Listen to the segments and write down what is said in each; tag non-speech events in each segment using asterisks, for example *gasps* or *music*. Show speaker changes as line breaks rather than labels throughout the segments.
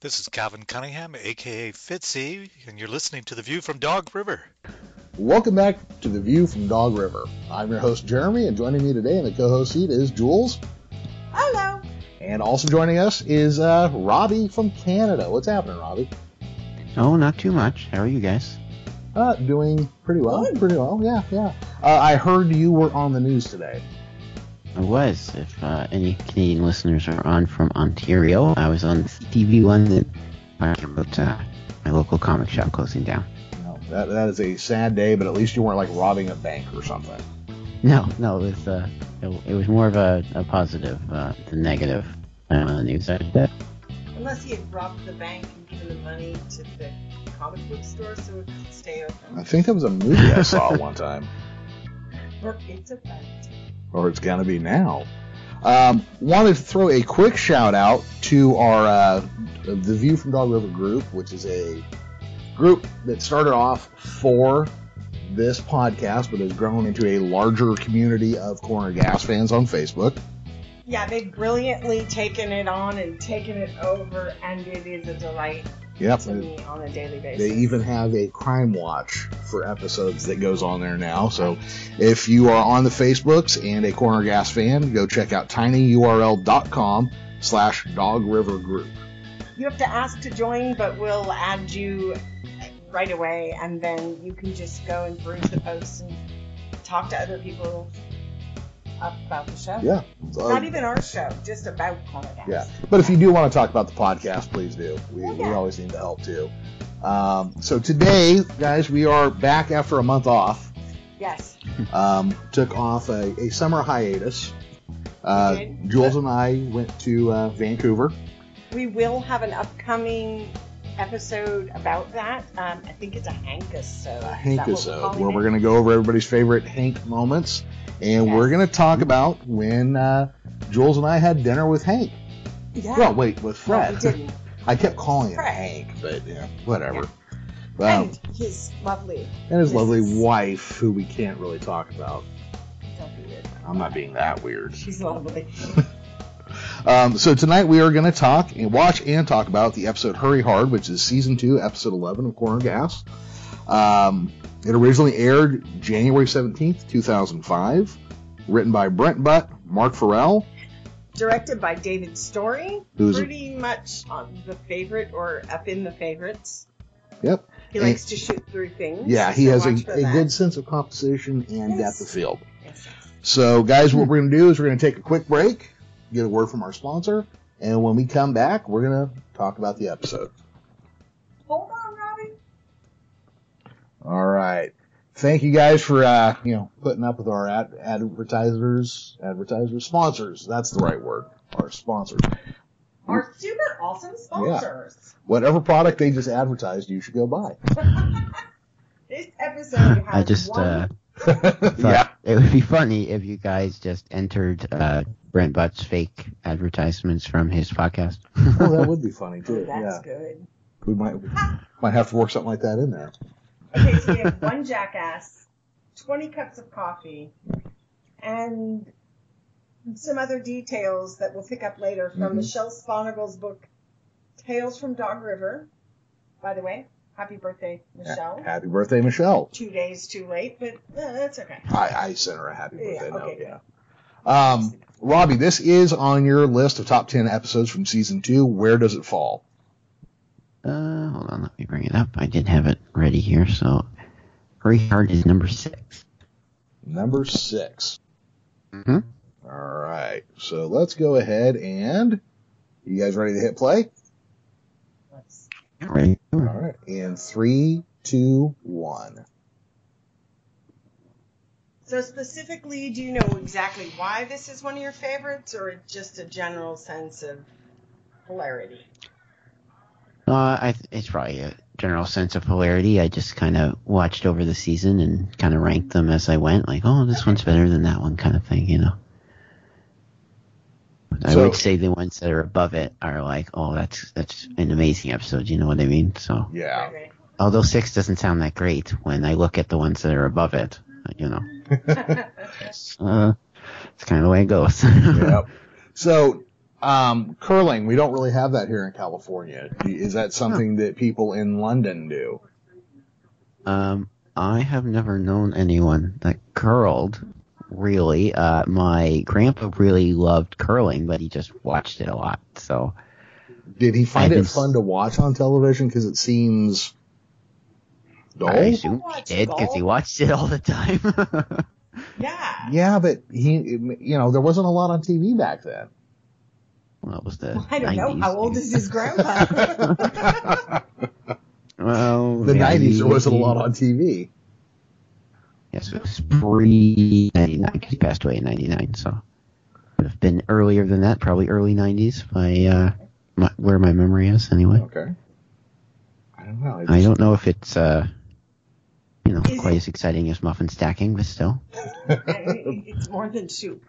This is Calvin Cunningham, aka Fitzy, and you're listening to The View from Dog River.
Welcome back to the View from Dog River. I'm your host Jeremy, and joining me today in the co-host seat is Jules.
Hello.
And also joining us is uh, Robbie from Canada. What's happening, Robbie?
Oh, not too much. How are you guys?
Uh, doing pretty well. Pretty well. Yeah, yeah. Uh, I heard you were on the news today.
I was. If uh, any Canadian listeners are on from Ontario, I was on CTV London talking about uh, my local comic shop closing down.
No, that, that is a sad day, but at least you weren't like robbing a bank or something.
No, no, it was uh, it, it was more of a, a positive uh, than negative on the news. I did.
Unless he had robbed the bank and given the money to the comic book store so it could stay open.
I think that was a movie I saw *laughs* one time,
Or it's a fact.
or it's gonna be now. Um, wanted to throw a quick shout out to our uh, the View from Dog River group, which is a group that started off for this podcast, but has grown into a larger community of Corner Gas fans on Facebook.
Yeah, they've brilliantly taken it on and taken it over, and it is a delight
Yep,
to me on a daily basis.
They even have a crime watch for episodes that goes on there now. So if you are on the Facebooks and a Corner Gas fan, go check out tinyurl.com slash dog river group.
You have to ask to join, but we'll add you right away, and then you can just go and peruse the posts and talk to other people about the show.
Yeah. Uh,
Not even our show, just about Comic Con.
Yeah. But if you do want to talk about the podcast, please do. We, we
Oh, Yeah.
always need the help too. Um, so today, guys, we are back after a month off.
*laughs* Yes.
um, took off a, a summer hiatus. Uh,
We did.
Jules and I went to uh, Vancouver.
We will have an upcoming episode about that. Um, I think it's a Hankus, so
a Hank
is that
episode uh,
what
where
we're
we're
calling
going to go over everybody's favorite Hank moments, and we're
Yes.
going to talk about when uh, Jules and I had dinner with Hank.
it? Yeah.
Well, wait, with
No, we
Fred. *laughs*
didn't.
I kept calling him
Fred.
Hank, but yeah, whatever. Um,
and he's lovely.
and his lovely
Mrs.
wife, who we can't really talk about.
Don't be weird.
I'm not being that weird.
She's lovely.
Um, so tonight we are going to talk and watch and talk about the episode Hurry Hard, which is season two, episode 11 of Corner Gas. Um, it originally aired January 17th, 2005. Written by Brent Butt, Mark Farrell.
Directed by David Story.
Who's-
pretty much on the favorite or up in the favorites.
Yep.
He
And-
likes to shoot through things.
Yeah, he
so
has a,
watch for
a
that.
good sense of composition and
Yes.
depth of field.
Yes, yes.
So, guys, what we're going to do is we're going to take a quick break, get a word from our sponsor, and when we come back, we're going to talk about the episode.
Hold on, Robbie.
All right. Thank you guys for uh, you know putting up with our ad- advertisers, advertisers, sponsors. That's the right word. Our sponsors. Hmm?
Our super awesome sponsors.
Whatever product they just advertised, you should go
*laughs*
buy.
This episode
*sighs*
has
I just
one
uh,
yeah.
thought it would be funny if you guys just entered uh, Brent Butt's fake advertisements from his podcast.
Oh, that would be funny too.
That's
yeah.
good.
We might we might have to work something like that in there.
Okay, so we have one jackass, 20 cups of coffee, and some other details that we'll pick up later from Michelle Sponigal's book, Tales from Dog River. By the way, happy birthday, Michelle.
Happy birthday, Michelle.
Two days too late, but uh, that's okay.
I, I sent her a happy birthday
Yeah,
note.
okay.
Yeah. Um, Robbie, this is on your list of top ten episodes from season two. Where does it fall?
Uh, hold on, let me bring it up. I did have it ready here. So, Hurry Hard is number six.
Number six.
Mm-hmm.
All right. So let's go ahead and you guys ready to hit play?
Let's-
Ready?
All right. And three, two, one.
So specifically, do you know exactly why this is one of your favorites, or just a general sense of hilarity?
Uh, I th- it's probably a general sense of polarity. I just kind of watched over the season and kind of ranked them as I went, like, oh, this one's better than that one, kind of thing, you know. But I
So-
would say the ones that are above it are like, oh, that's that's an amazing episode. You know what I mean? So,
Yeah.
although six doesn't sound that great when I look at the ones that are above it, you
*laughs*
know, uh, it's kind of the way it goes.
yep. So, um, curling, we don't really have that here in California. Is that something that people in London do?
*laughs* Um, I have never known anyone that curled. Really, uh, my grandpa really loved curling, but he just watched it a lot. So
Did he find
I
it
did-
fun to watch on television? Because it seems
I
dull.
assume he
Watch
did because he
golf.
watched it all the time. *laughs*
Yeah.
Yeah, but he, you know, there wasn't a lot on TV back then.
well, it was the
*laughs* I don't
90s.
know. How old is his grandpa?
Well,
The
yeah,
90s, there
he-
wasn't a lot on TV.
Yes, it was pre ninety nine because he passed away in ninety nine. So would have been earlier than that, probably early nineties. By uh, my, where my memory is, anyway.
Okay. I don't know.
I don't know if it's, uh, you know,
Is
quite
it-
as exciting as muffin stacking, but still.
*laughs* it's more than soup.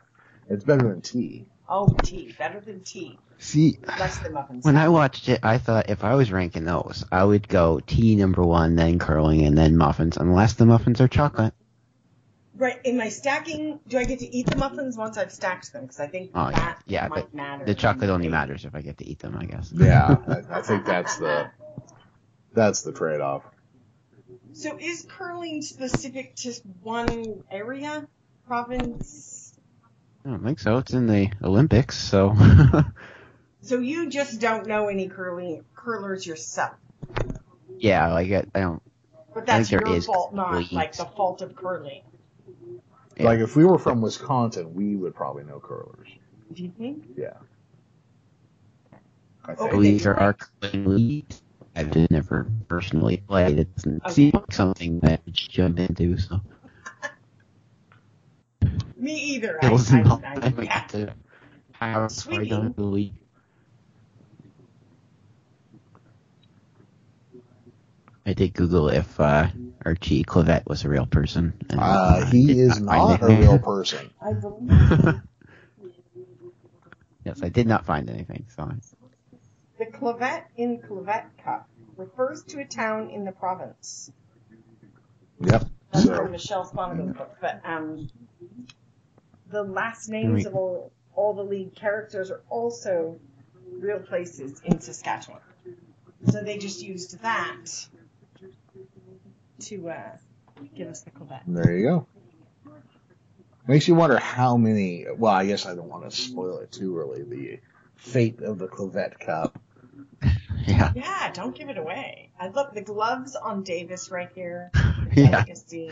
It's better than tea.
Oh, tea. Better than tea.
See,
Less than muffins.
when I watched it, I thought if I was ranking those, I would go tea number one, then curling, and then muffins, unless the muffins are chocolate.
Right. Am I stacking? Do I get to eat the muffins once I've stacked them? Because I think
Oh, yeah.
that
Yeah,
might
the,
matter.
the chocolate only matters if I get to eat them, I guess.
Yeah,
*laughs*
I, I think that's the that's the trade off.
So is curling specific to one area, province?
I don't think so. It's in the Olympics, so. *laughs*
So you just don't know any curling curlers yourself.
yeah, like, I, I don't.
But that's
there
your
is
fault, not
curling.
like the fault of curling.
Yeah.
Like if we were from Wisconsin, we would probably know curlers.
Do you
Mm-hmm.
think?
Yeah. I
Oh,
think.
yeah.
These are our curling leagues. I've never personally played. It doesn't
Okay.
seem like something that I would jump into, so.
Me either. I,
It was
I,
not
I,
that we
yeah.
got to have
Swinging.
right on the league. I did Google if uh, Archie Clavette was a real person. and,
Uh,
I did
he is
find
not a
anything.
real
*laughs*
person.
I believe
Yes, I did not find anything. So
the Clavet in Clavet Cup refers to a town in the province.
Yep.
That's
So-
from Michelle Sponiger's book. But um, the last names of all, all the lead characters are also real places in Saskatchewan. So they just used that to uh, give us the Quebec.
There you go. Makes you wonder how many. Well, I guess I don't want to spoil it too early. The fate of the Clavette Cup.
yeah,
Yeah, don't give it away. I love the gloves on Davis right here.
yeah.
Delicacy.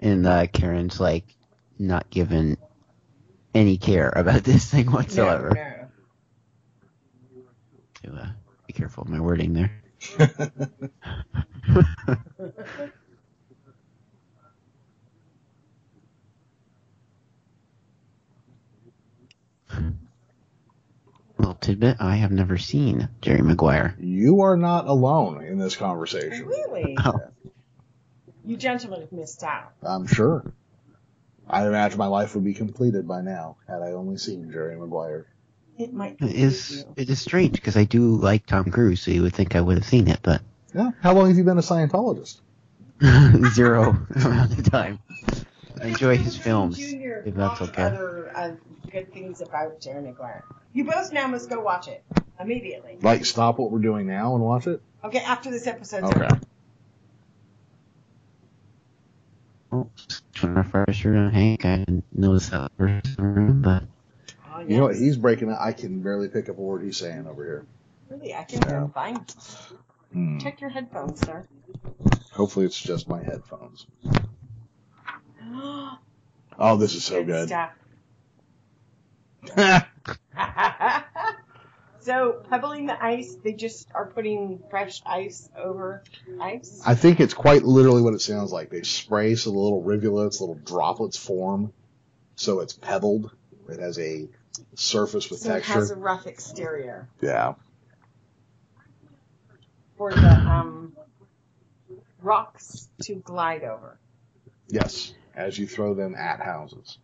And uh, Karen's like not given any care about *laughs* this thing whatsoever.
No,
To uh, be careful of my wording there. *laughs*
no.
Little tidbit: I have never seen Jerry Maguire.
You are not alone in this conversation.
really?
Oh.
You gentlemen have missed out.
I'm sure. I imagine my life would be completed by now had I only seen Jerry Maguire.
It might
It
be
is it is strange because I do like Tom Cruise, so you would think I would have seen it, but
Yeah. How long have you been a Scientologist?
*laughs* zero amount of time. I enjoy his films.
Junior,
If that's
lots of
okay.
Other uh, good things about Jerry Maguire. You both now must go watch it immediately.
Like, stop what we're doing now and watch it?
Okay, after this episode's
Okay.
over.
Oh, When I first heard of Hank, I didn't notice that first room, but
Oh,
You know what?
yes.
He's breaking up. I can barely pick up a word he's saying over here.
really, I can hear him fine.
Hmm.
Check your headphones, *gasps* sir.
Hopefully, it's just my headphones. Oh, this is so good.
stuff. *laughs* so pebbling the ice, they just are putting fresh ice over ice.
*laughs* I think it's quite literally what it sounds like. They spray so the little rivulets, little droplets form, so it's pebbled. It has a surface with
so it
texture.
has a rough exterior.
Yeah.
for the um, rocks to glide over.
Yes, as you throw them at houses.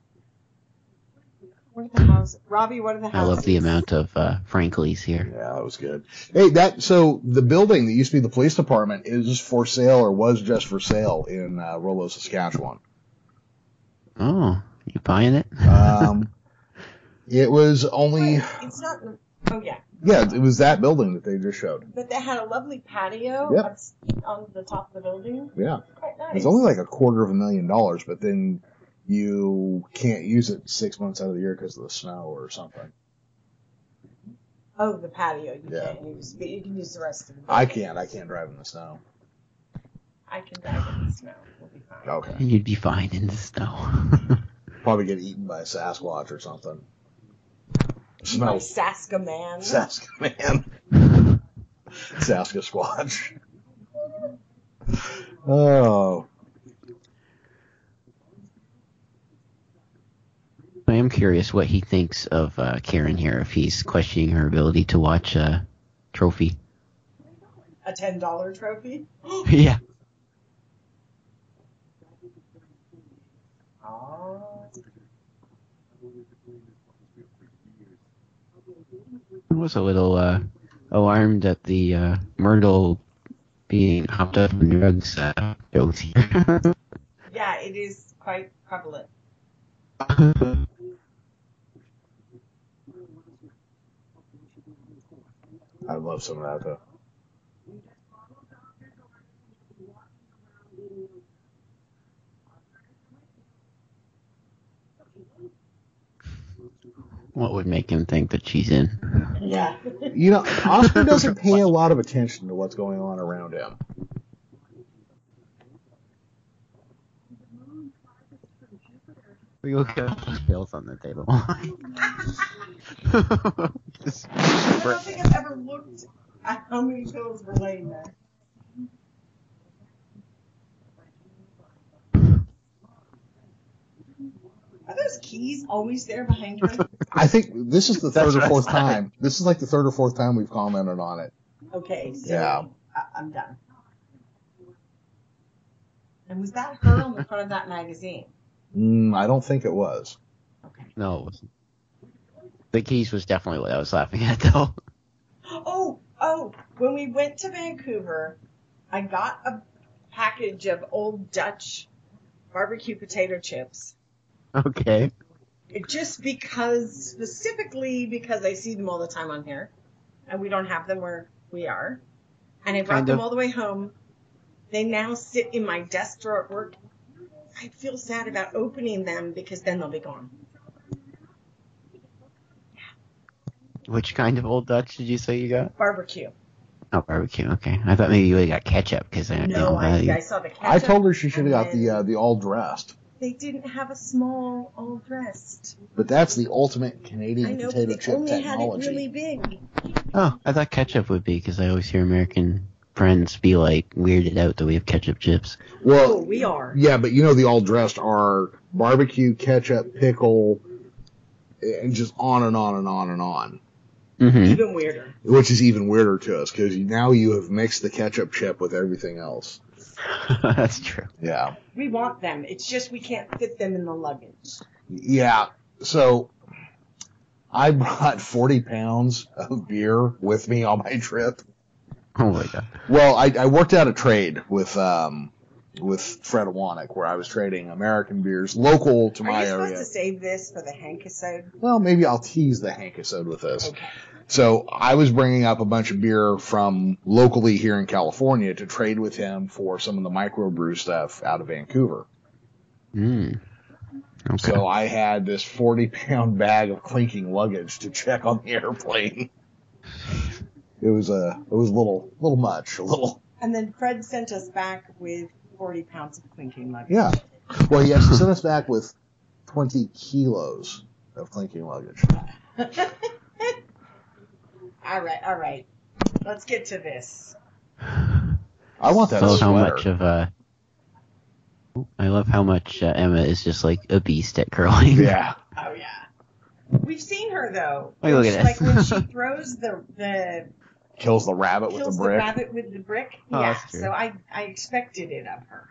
What are the houses? Robbie, what are the
I
houses?
love the amount of uh, Franklies here.
Yeah, that was good. Hey, that so the building that used to be the police department is for sale or was just for sale in uh, Rollo, Saskatchewan.
Oh, you buying it?
Um, *laughs* it was only
It's not. Oh yeah,
yeah, it was that building that they just showed.
but they had a lovely patio
Yep.
up on the top of the building.
Yeah,
Quite nice.
it was only like a quarter of a million dollars, but then you can't use it six months out of the year because of the snow or something.
oh, the patio you
Yeah.
can't use, but you can use the rest of the.
I can't. I can't drive in the snow.
I can dive in the snow. We'll be fine.
Okay,
*laughs* You'd be fine in the snow.
probably get eaten by a Sasquatch or something.
My
Smells
Saska man.
Sask man. Saska Squatch. Oh.
*laughs* I am curious what he thinks of uh, Karen here, if he's questioning her ability to watch uh, Trophy.
a ten dollar trophy.
*laughs* yeah.
Oh,
I was a little uh, alarmed at the uh, Myrtle being hopped up on drugs uh, jokes here. *laughs*
yeah, it is quite prevalent.
I love some of that though.
what would make him think that she's in?
Yeah.
You know, Oscar doesn't pay a lot of attention to what's going on around him.
We look at all those pills on the *laughs* table. Just-
I don't think I've ever looked at how many pills were laying there. Are those keys always there behind her?
I think this is the
That's
third or
what I
fourth
was like.
time. This is like the third or fourth time we've commented on it.
Okay, so
Yeah.
I- I'm done. And was that her on the front of that magazine? *gasps*
Mm, I don't think it was.
no, it wasn't. The keys was definitely what I was laughing at, though.
Oh, oh, when we went to Vancouver, I got a package of old Dutch barbecue potato chips.
Okay.
It- Just because, specifically because I see them all the time on here, and we don't have them where we are. And I brought
Kind
them
of.
all the way home. They now sit in my desk drawer at work. I feel sad about opening them because then they'll be gone.
Which kind of old Dutch did you say you got?
Barbecue.
Oh, barbecue. Okay. I thought maybe you would have got ketchup because I don't
No,
know
I,
that.
I saw the ketchup.
I told her she should have
and
got the
then
uh, the all dressed,
They didn't have a small all dressed.
but that's the ultimate
I
Canadian
know, but
potato
they
chip
only
technology.
had it really big.
Oh, I thought ketchup would be because I always hear American friends be like weirded out that we have ketchup chips.
Well,
Oh, we are.
Yeah, but you know the all dressed are barbecue, ketchup, pickle, and just on and on and on and on,
Mm-hmm.
Even weirder.
which is even weirder to us because now you have mixed the ketchup chip with everything else.
*laughs* That's true.
Yeah,
We want them. It's just we can't fit them in the luggage.
yeah. So I brought forty pounds of beer with me on my trip.
Oh my god.
Well, I, I worked out a trade with um with Fred Wanick where I was trading American beers local to
Are
my
you supposed
area.
to save this for the Hank episode?
Well, maybe I'll tease the Hank episode with this.
Okay.
So I was bringing up a bunch of beer from locally here in California to trade with him for some of the microbrew stuff out of Vancouver.
Mm. Okay.
So I had this 40 pound *laughs* bag of clinking luggage to check on the airplane. It was a, it was a little, little much, a little,
And then Fred sent us back with 40 pounds of clinking luggage.
yeah. Well, he actually sent us back with 20 kilos of clinking luggage.
All right, all right. Let's get to this.
I want that
so how
sweater.
much of uh I love how much uh, Emma is just like a beast at curling.
yeah.
Oh, yeah. We've seen her, though.
Oh,
Look at
*laughs*
Like
this.
when she throws the, the
kills the rabbit with
Kills
the
the
brick.
rabbit with the brick.
Oh,
yeah,
that's true.
so I, I expected it of her.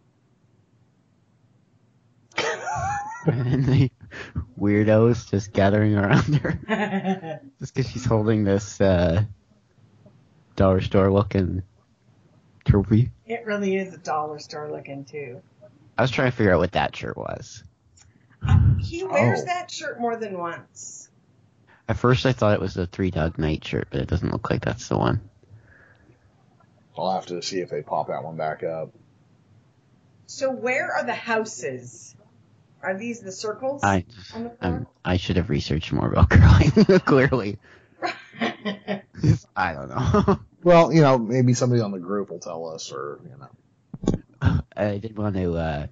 *laughs* and the weirdos just gathering around her.
*laughs*
just because she's holding this uh, dollar store looking trophy.
It really is a dollar store looking too.
I was trying to figure out what that shirt was.
He wears
Oh.
that shirt more than once.
At first, I thought it was the Three Dog Night shirt, but it doesn't look like that's the one.
I'll have to see if they pop that one back up.
So where are the houses? Are these the circles
I
on the
um,
floor?
I should have researched more about *laughs* curling.
*laughs*
clearly, *laughs* I don't know. *laughs*
Well, you know, maybe somebody on the group will tell us, or you know.
I did want to uh,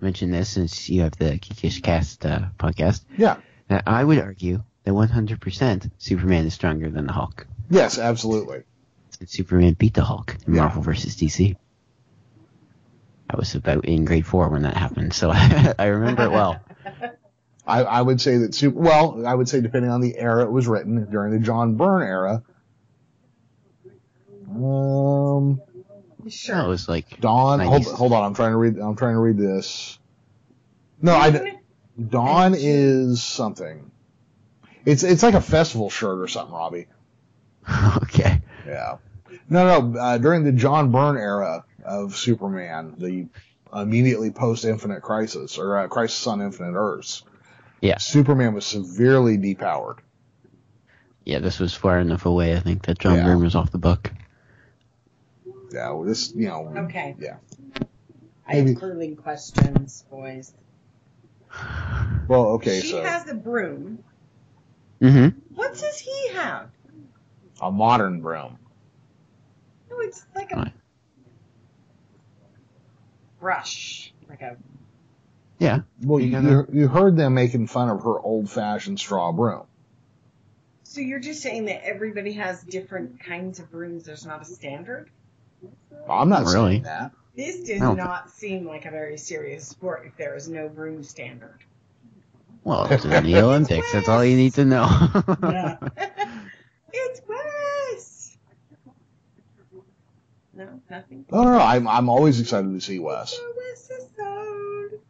mention this since you have the Kikish Cast uh, podcast.
Yeah.
Now, I would argue that 100% Superman is stronger than the Hulk.
Yes, absolutely.
Since Superman beat the Hulk in
Yeah.
Marvel vs. DC. I was about in grade four when that happened, so *laughs* I remember it
*laughs*
well.
I, I would say that super. Well, I would say depending on the era it was written during the John Byrne era. Um,
Sure.
That was like
Dawn. Hold,
90s.
hold on, I'm trying to read. I'm trying to read this. No, I. Dawn is something. It's it's like a festival shirt or something, Robbie.
*laughs* okay.
Yeah. No, no. Uh, during the John Byrne era of Superman, the immediately post Infinite Crisis or uh, Crisis on Infinite Earths,
Yeah,
Superman was severely depowered.
yeah. This was far enough away, I think, that John
Yeah.
Byrne was off the book.
Yeah, well, this you know.
Okay.
Yeah.
I have
maybe-
curling questions, boys.
Well, okay.
she
so
has a broom.
Mm-hmm.
What does he have?
a modern broom.
No, it's like a
Right.
brush. Like a
Yeah.
Well,
You
you,
know
you, you heard them making fun of her old-fashioned straw broom.
so you're just saying that everybody has different kinds of brooms. There's not a standard.
I'm not
Not really.
saying that.
This does
No.
not seem like a very serious sport if there is no broom standard. *laughs*
Well, it was in
*laughs*
the Olympics. That's all you need to know.
It's Wes. No, nothing.
No, no, no. I'm I'm always excited to see Wes.
No, Wes is sold.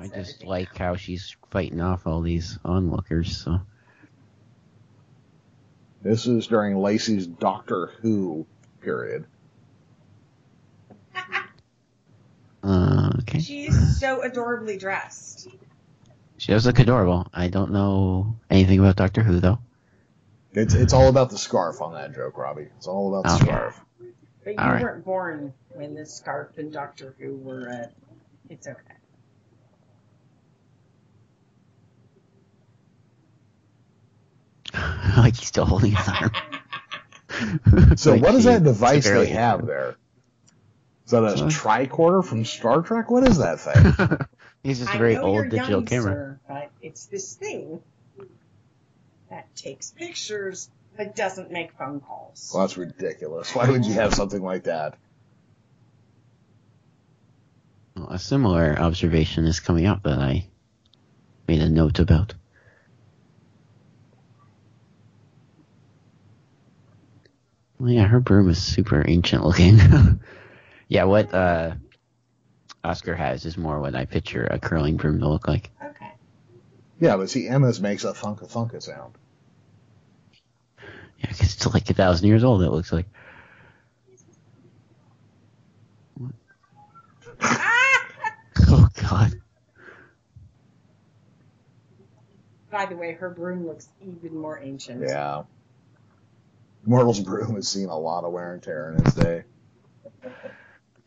*laughs* I just
everything.
like how she's fighting off all these onlookers. So
This is during Lacey's Doctor Who period.
uh, okay.
She's so adorably dressed.
She does look adorable. I don't know anything about Doctor Who though. *laughs*
It's it's all about the scarf on that joke, Robbie. It's all about the
Okay.
scarf.
But you
All right.
weren't born when the scarf and Doctor Who were. Uh, it's okay.
like he's still holding his arm.
So
Like
what is
she-
that device they
barely-
have there? Is that a
Huh?
tricorder from Star Trek? What is that
*laughs*
thing?
*laughs* He's just a
I
very
know
old
you're
digital
young,
camera.
sir, but it's this thing that takes pictures but doesn't make phone calls.
Well, that's ridiculous. Why would you have something like that?
Well, a similar observation is coming up that I made a note about. Well, yeah, her broom is super ancient looking. *laughs* yeah, what uh, Oscar has is more what I picture a curling broom to look like.
Okay.
Yeah, but see, Emma's makes a funka funka sound.
Yeah, 'cause it's like a thousand years old. It looks like. *laughs*
Ah!
oh God.
By the way, her broom looks even more ancient.
Yeah. Mortal's *laughs* broom has seen a lot of wear and tear in its day.
I bet.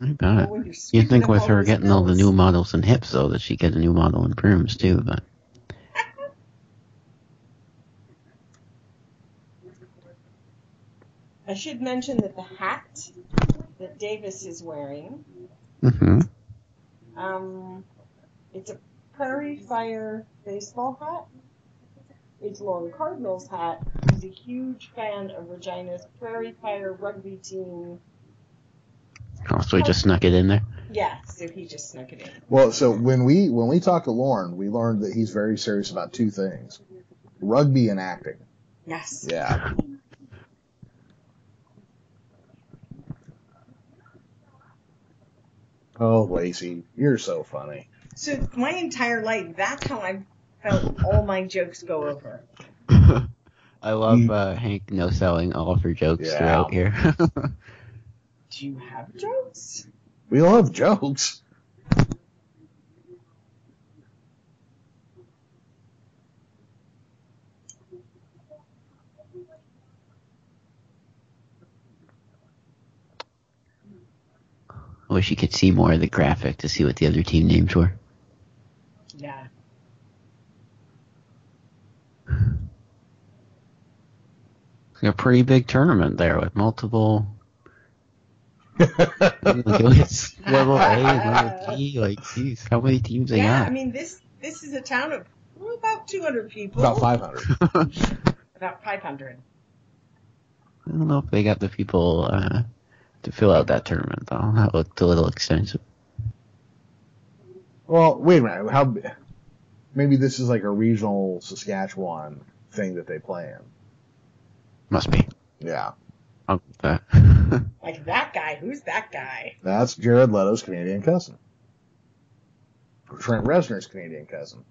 Mm-hmm. when you're
You'd
sweeping
think
up
with
all
her
those
getting all the
bills.
new models and hips, though, that she'd get a new model and brooms, too, but.
I should mention that the hat that Davis is wearing,
hmm
um, it's a prairie fire baseball hat. It's Lauren Cardinal's hat. He's a huge fan of Regina's prairie fire rugby team.
Also, just snuck it in there.
Yeah, so he just snuck it in.
Well, so when we when we talked to Lauren, we learned that he's very serious about two things: rugby and acting.
Yes.
Yeah. Oh, Lacey, you're so funny.
So my entire life, that's how I felt all my jokes go over.
*laughs* I love uh, Hank no selling all of her jokes
Yeah.
throughout here. *laughs*
Do you have jokes?
We love jokes.
I wish you could see more of the graphic to see what the other team names were.
Yeah.
It's a pretty big tournament there with multiple. like it was *laughs* level A and *laughs* level B. Like, geez, how many teams they
Yeah,
got?
I mean this this is a town of well, about 200 people.
About 500.
About 500.
I don't know if they got the people uh, to fill out that tournament though. That looked a little extensive.
Well, wait a minute. How? b- Maybe this is like a regional Saskatchewan thing that they play in.
Must be.
Yeah,
I'll get that. *laughs*
Like that guy. Who's that guy?
that's Jared Leto's Canadian cousin. Or Trent Reznor's Canadian cousin,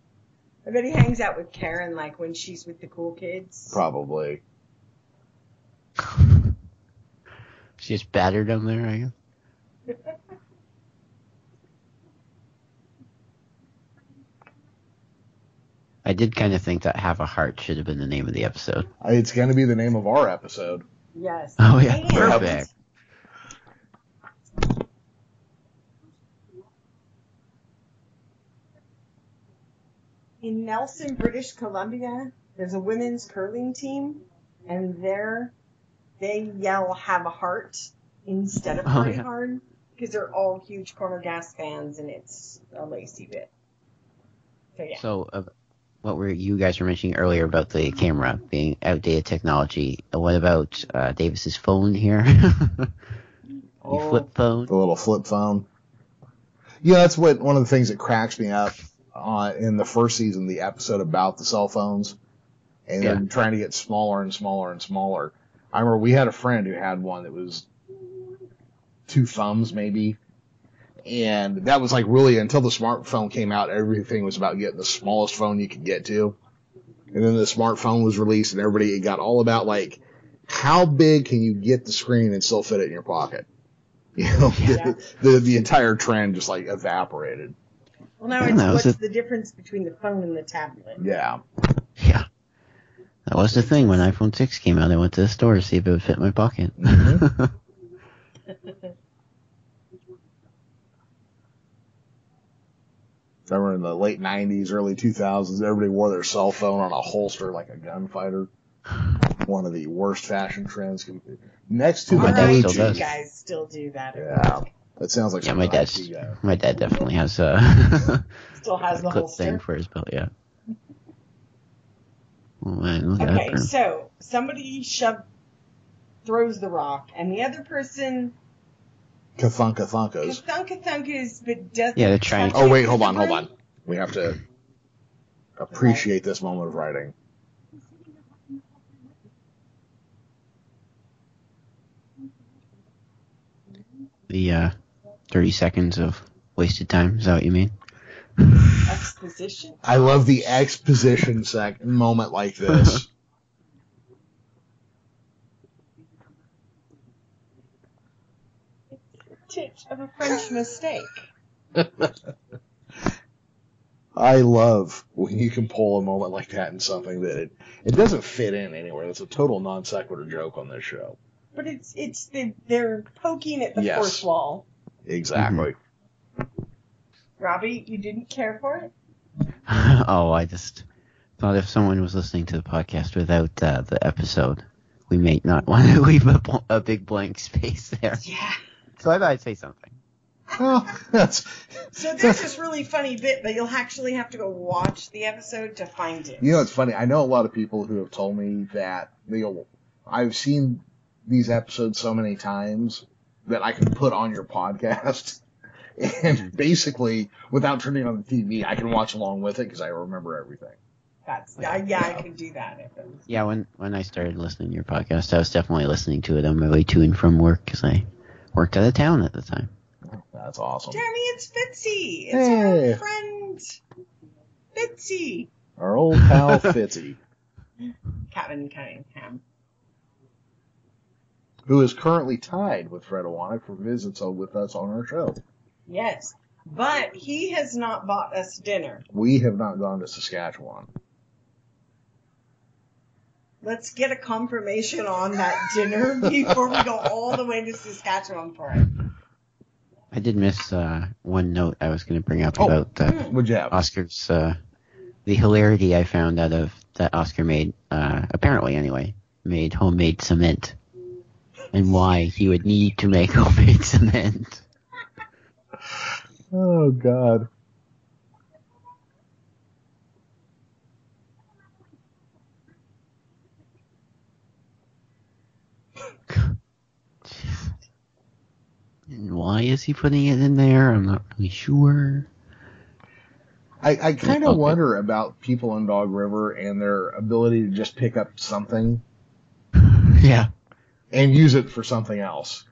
I bet he hangs out with Karen like when she's with the cool kids.
probably.
she just battered them there, I guess. I did kind of think that "Have a Heart" should have been the name of the episode.
Uh, It's going to be the name of our episode.
Yes.
*laughs* Oh yeah,
And-
perfect.
In Nelson, British Columbia, there's a women's curling team, and there they yell "Have a heart" instead of
Oh,
"Party
yeah.
hard" because they're all huge Corner Gas fans, and it's a lacy bit. So yeah,
So, uh, what were you guys were mentioning earlier about the camera being outdated technology? Uh, What about uh, Davis's phone here? *laughs* the
Oh.
flip phone.
The little flip phone. Yeah, that's what one of the things that cracks me up uh, in the first season, the episode about the cell phones, and they're
Yeah.
trying to get smaller and smaller and smaller. I remember we had a friend who had one that was two thumbs maybe, and that was like really until the smartphone came out, everything was about getting the smallest phone you could get to. And then the smartphone was released, and everybody it got all about like how big can you get the screen and still fit it in your pocket. *laughs* You know,
Yeah.
the the entire trend just like evaporated.
well
I
now it's
don't know,
what's
is it-
the difference between the phone and the tablet?
Yeah.
*laughs* Yeah. That was the thing when iPhone 6 came out. I went to the store to see if it would fit in my pocket.
Mm-hmm.
*laughs*
Remember in the late '90s, early 2000s, everybody wore their cell phone on a holster like a gunfighter. One of the worst fashion trends. com- Next to
My
the
dad
Bluetooth.
still does.
You guys still do that?
Yeah, that sounds like
yeah,
some
my
IT
dad's
guy.
my dad definitely has uh, a
Still
*laughs*
has the
clip thing
holster.
for his belt. Yeah. Oh man, look at that.
Okay,
Grim.
so somebody shove throws the rock, and the other person
Kathunka Thunkos.
kathunka thunkas, but doesn't.
Yeah, they're trying
touch
to-
Oh wait,
it
hold
with
on,
the
hold
broom.
on. We have to appreciate this moment of writing.
the uh, 30 seconds of wasted time. Is that what you mean? *laughs*
Exposition.
I love the exposition sec moment like this.
Tit of a
*sighs*
French mistake.
I love when you can pull a moment like that in something that it, it doesn't fit in anywhere. That's a total non sequitur joke on this show.
But it's it's the, they're poking at the
Yes.
fourth wall.
Exactly.
Robbie, you didn't care for it.
oh, I just thought if someone was listening to the podcast without uh, the episode, we may not *laughs* want to leave a, bl- a big blank space
*laughs*
there.
Yeah.
So I thought I'd say something.
Well, *laughs* that's *laughs*
So there's this really funny bit, but you'll actually have to go watch the episode to find it.
you know, it's funny. I know a lot of people who have told me that they go, I've seen these episodes so many times that I can put on your podcast. *laughs* And basically, without turning on the TV, I can watch along with it because I remember everything.
That's yeah, yeah, I could do that if it was.
Yeah, when when I started listening to your podcast, I was definitely listening to it on my way to and from work because I worked out of town at the time.
Ah, That's awesome.
Jeremy, it's Fitzy. It's
Hey.
our friend Fitzy.
Our old
*laughs*
pal Fitzy,
Kevin Cunningham.
who is currently tied with Fred Awanek for visits on- with us on our show.
Yes. But he has not bought us dinner.
We have not gone to Saskatchewan.
Let's get a confirmation on that dinner *laughs* before we go all the way to Saskatchewan for it.
I did miss uh, one note I was going to bring up
Oh.
about uh,
Would you have?
Oscar's uh, the hilarity I found out of that Oscar made uh, apparently anyway made homemade cement and why he would need to make *laughs* homemade cement.
Oh God.
And why is he putting it in there? I'm not really sure.
I, I kind of
Okay.
wonder about people in Dog River and their ability to just pick up something
Yeah.
and use it for something else.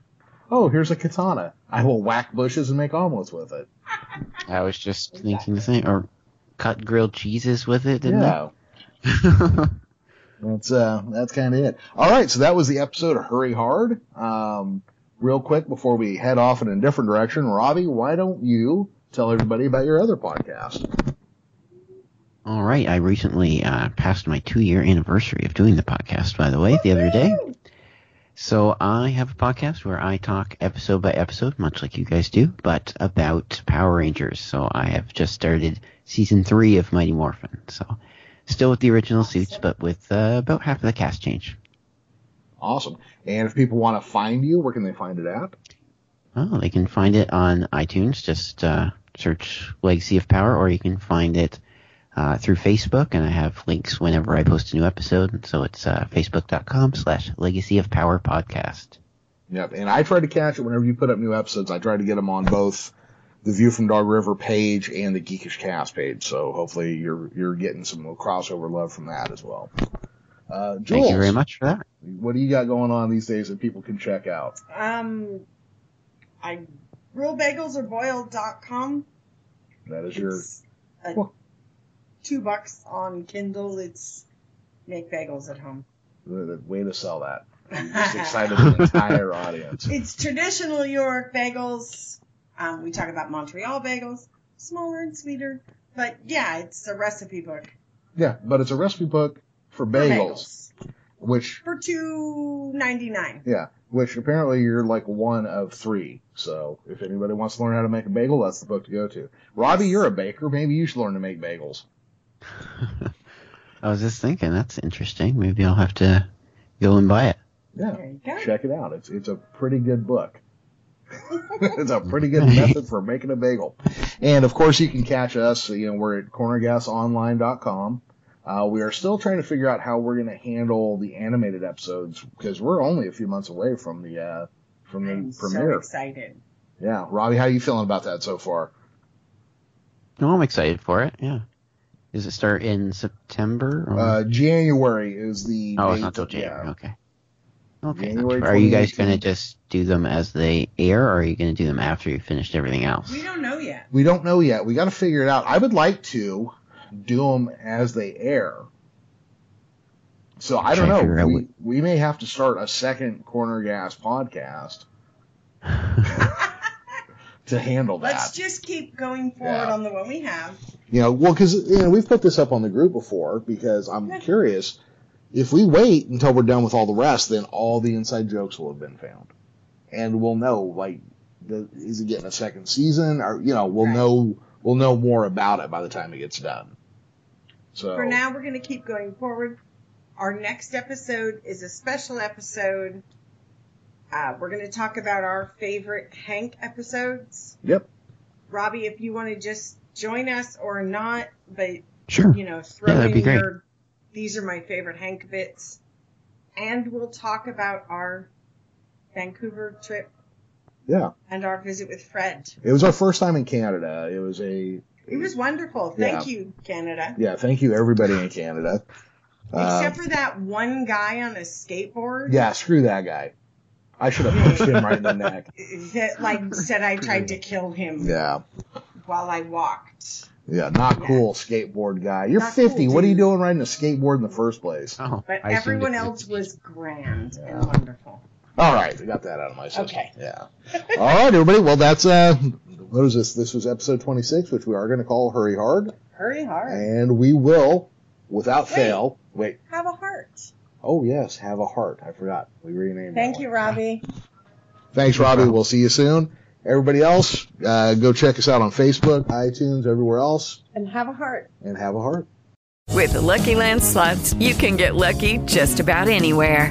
Oh, here's a katana. I will whack bushes and make omelets with it.
I was just thinking the same. Or cut grilled cheeses with it, didn't I?
yeah.
*laughs*
That's uh, that's kind of it. All right, so that was the episode of Hurry Hard. Um, real quick before we head off in a different direction, Robbie, why don't you tell everybody about your other podcast?
All right. I recently uh, passed my two year anniversary of doing the podcast, by the way, the other day. So I have a podcast where I talk episode by episode, much like you guys do, but about Power Rangers. So I have just started season three of Mighty Morphin. So still with the original suits, but with uh, about half of the cast change.
Awesome. And if people want to find you, where can they find it at?
Oh, they can find it on iTunes. Just uh, search Legacy of Power, or you can find it uh, through Facebook. And I have links whenever I post a new episode. And So it's uh, facebook.com slash Legacy of Power Podcast.
Yep. And I try to catch it whenever you put up new episodes. I try to get them on both the View from Dog River page and the Geekish Cast page. So hopefully you're you're getting some crossover love from that as well. Uh, Jules,
Thank you very much for that.
What do you got going on these days that people can check out?
Um, I realbagelsarebroiled.com.
That is your
It's a,
Cool.
two bucks on Kindle. It's make bagels at home.
The, the way to sell *laughs* that. You just excited the entire audience.
*laughs* It's traditional York bagels. Um, we talk about Montreal bagels, smaller and sweeter. But yeah, it's a recipe book
*laughs* Yeah, but it's a recipe book for
for
bagels,
bagels
which
for two ninety nine.
yeah, which apparently you're like one of three. So if anybody wants to learn how to make a bagel, that's the book to go to. Robbie, you're a baker. Maybe you should learn to make bagels.
I was just thinking, that's interesting. Maybe I'll have to go and buy it.
Yeah,
There you go.
check it out. It's it's a pretty good book.
*laughs*
it's a pretty good method for making a bagel. And of course, you can catch us. You know, we're at cornergasonline.com. Uh, we are still trying to figure out how we're going to handle the animated episodes because we're only a few months away from the uh, from the
I'm so
premiere.
excited.
yeah, Robbie, how are you feeling about that so far?
No, I'm excited for it. Yeah. Does it start in September? Or?
Uh, January is the
oh, it's
date
not till
that- yeah.
January. Okay. Okay. not
January
too bad. are you guys
2018.
going to just do them as they air, or are you going to do them after you finished everything else?
We don't know yet.
We don't know yet. We got to figure it out. I would like to do them as they air. So I don't
Try to figure
know.
out
We,
what-
we may have to start a second Corner Gas
*laughs*
podcast to handle that.
Let's just keep going forward
Yeah.
on the one we have.
you know, well, because you know we've put this up on the group before because I'm curious if we wait until we're done with all the rest, then all the inside jokes will have been found, and we'll know like the, is it getting a second season or you know we'll
Right.
know we'll know more about it by the time it gets done. So
For now, we're going to keep going forward. Our next episode is a special episode. Uh, we're going to talk about our favorite Hank episodes.
yep,
Robbie, if you want to just join us or not, but
Sure.
you know, throw
that'd
in
be great.
your these are my favorite Hank bits, and we'll talk about our Vancouver trip
yeah,
and our visit with Fred.
it was our first time in Canada. It was a
It was wonderful. Thank you, Canada.
yeah. Thank you everybody in Canada. Uh,
Except for that one guy on a skateboard.
yeah, screw that guy. I
*laughs*
should have punched him right in the neck.
that like said I tried to kill him
Yeah.
while I walked.
Yeah, not cool, skateboard guy. You're
Not cool,
50. what are you
dude.
doing riding a skateboard in the first place?
Oh,
But
I assumed
everyone
it-
else was grand and wonderful.
All right, I got that out of my system.
Okay.
Yeah. All right, everybody. Well, that's uh, what is this? This was episode 26, which we are going to call "Hurry Hard,"
Hurry hard.
and we will, without fail. Wait.
Have a heart.
Oh yes, have a heart. I forgot. We renamed. that
Thank
one.
you, Robbie.
Thanks, Robbie. We'll see you soon. Everybody else, uh, go check us out on Facebook, iTunes, everywhere else,
And have a heart.
and have a heart.
With the Lucky Land slots, you can get lucky just about anywhere.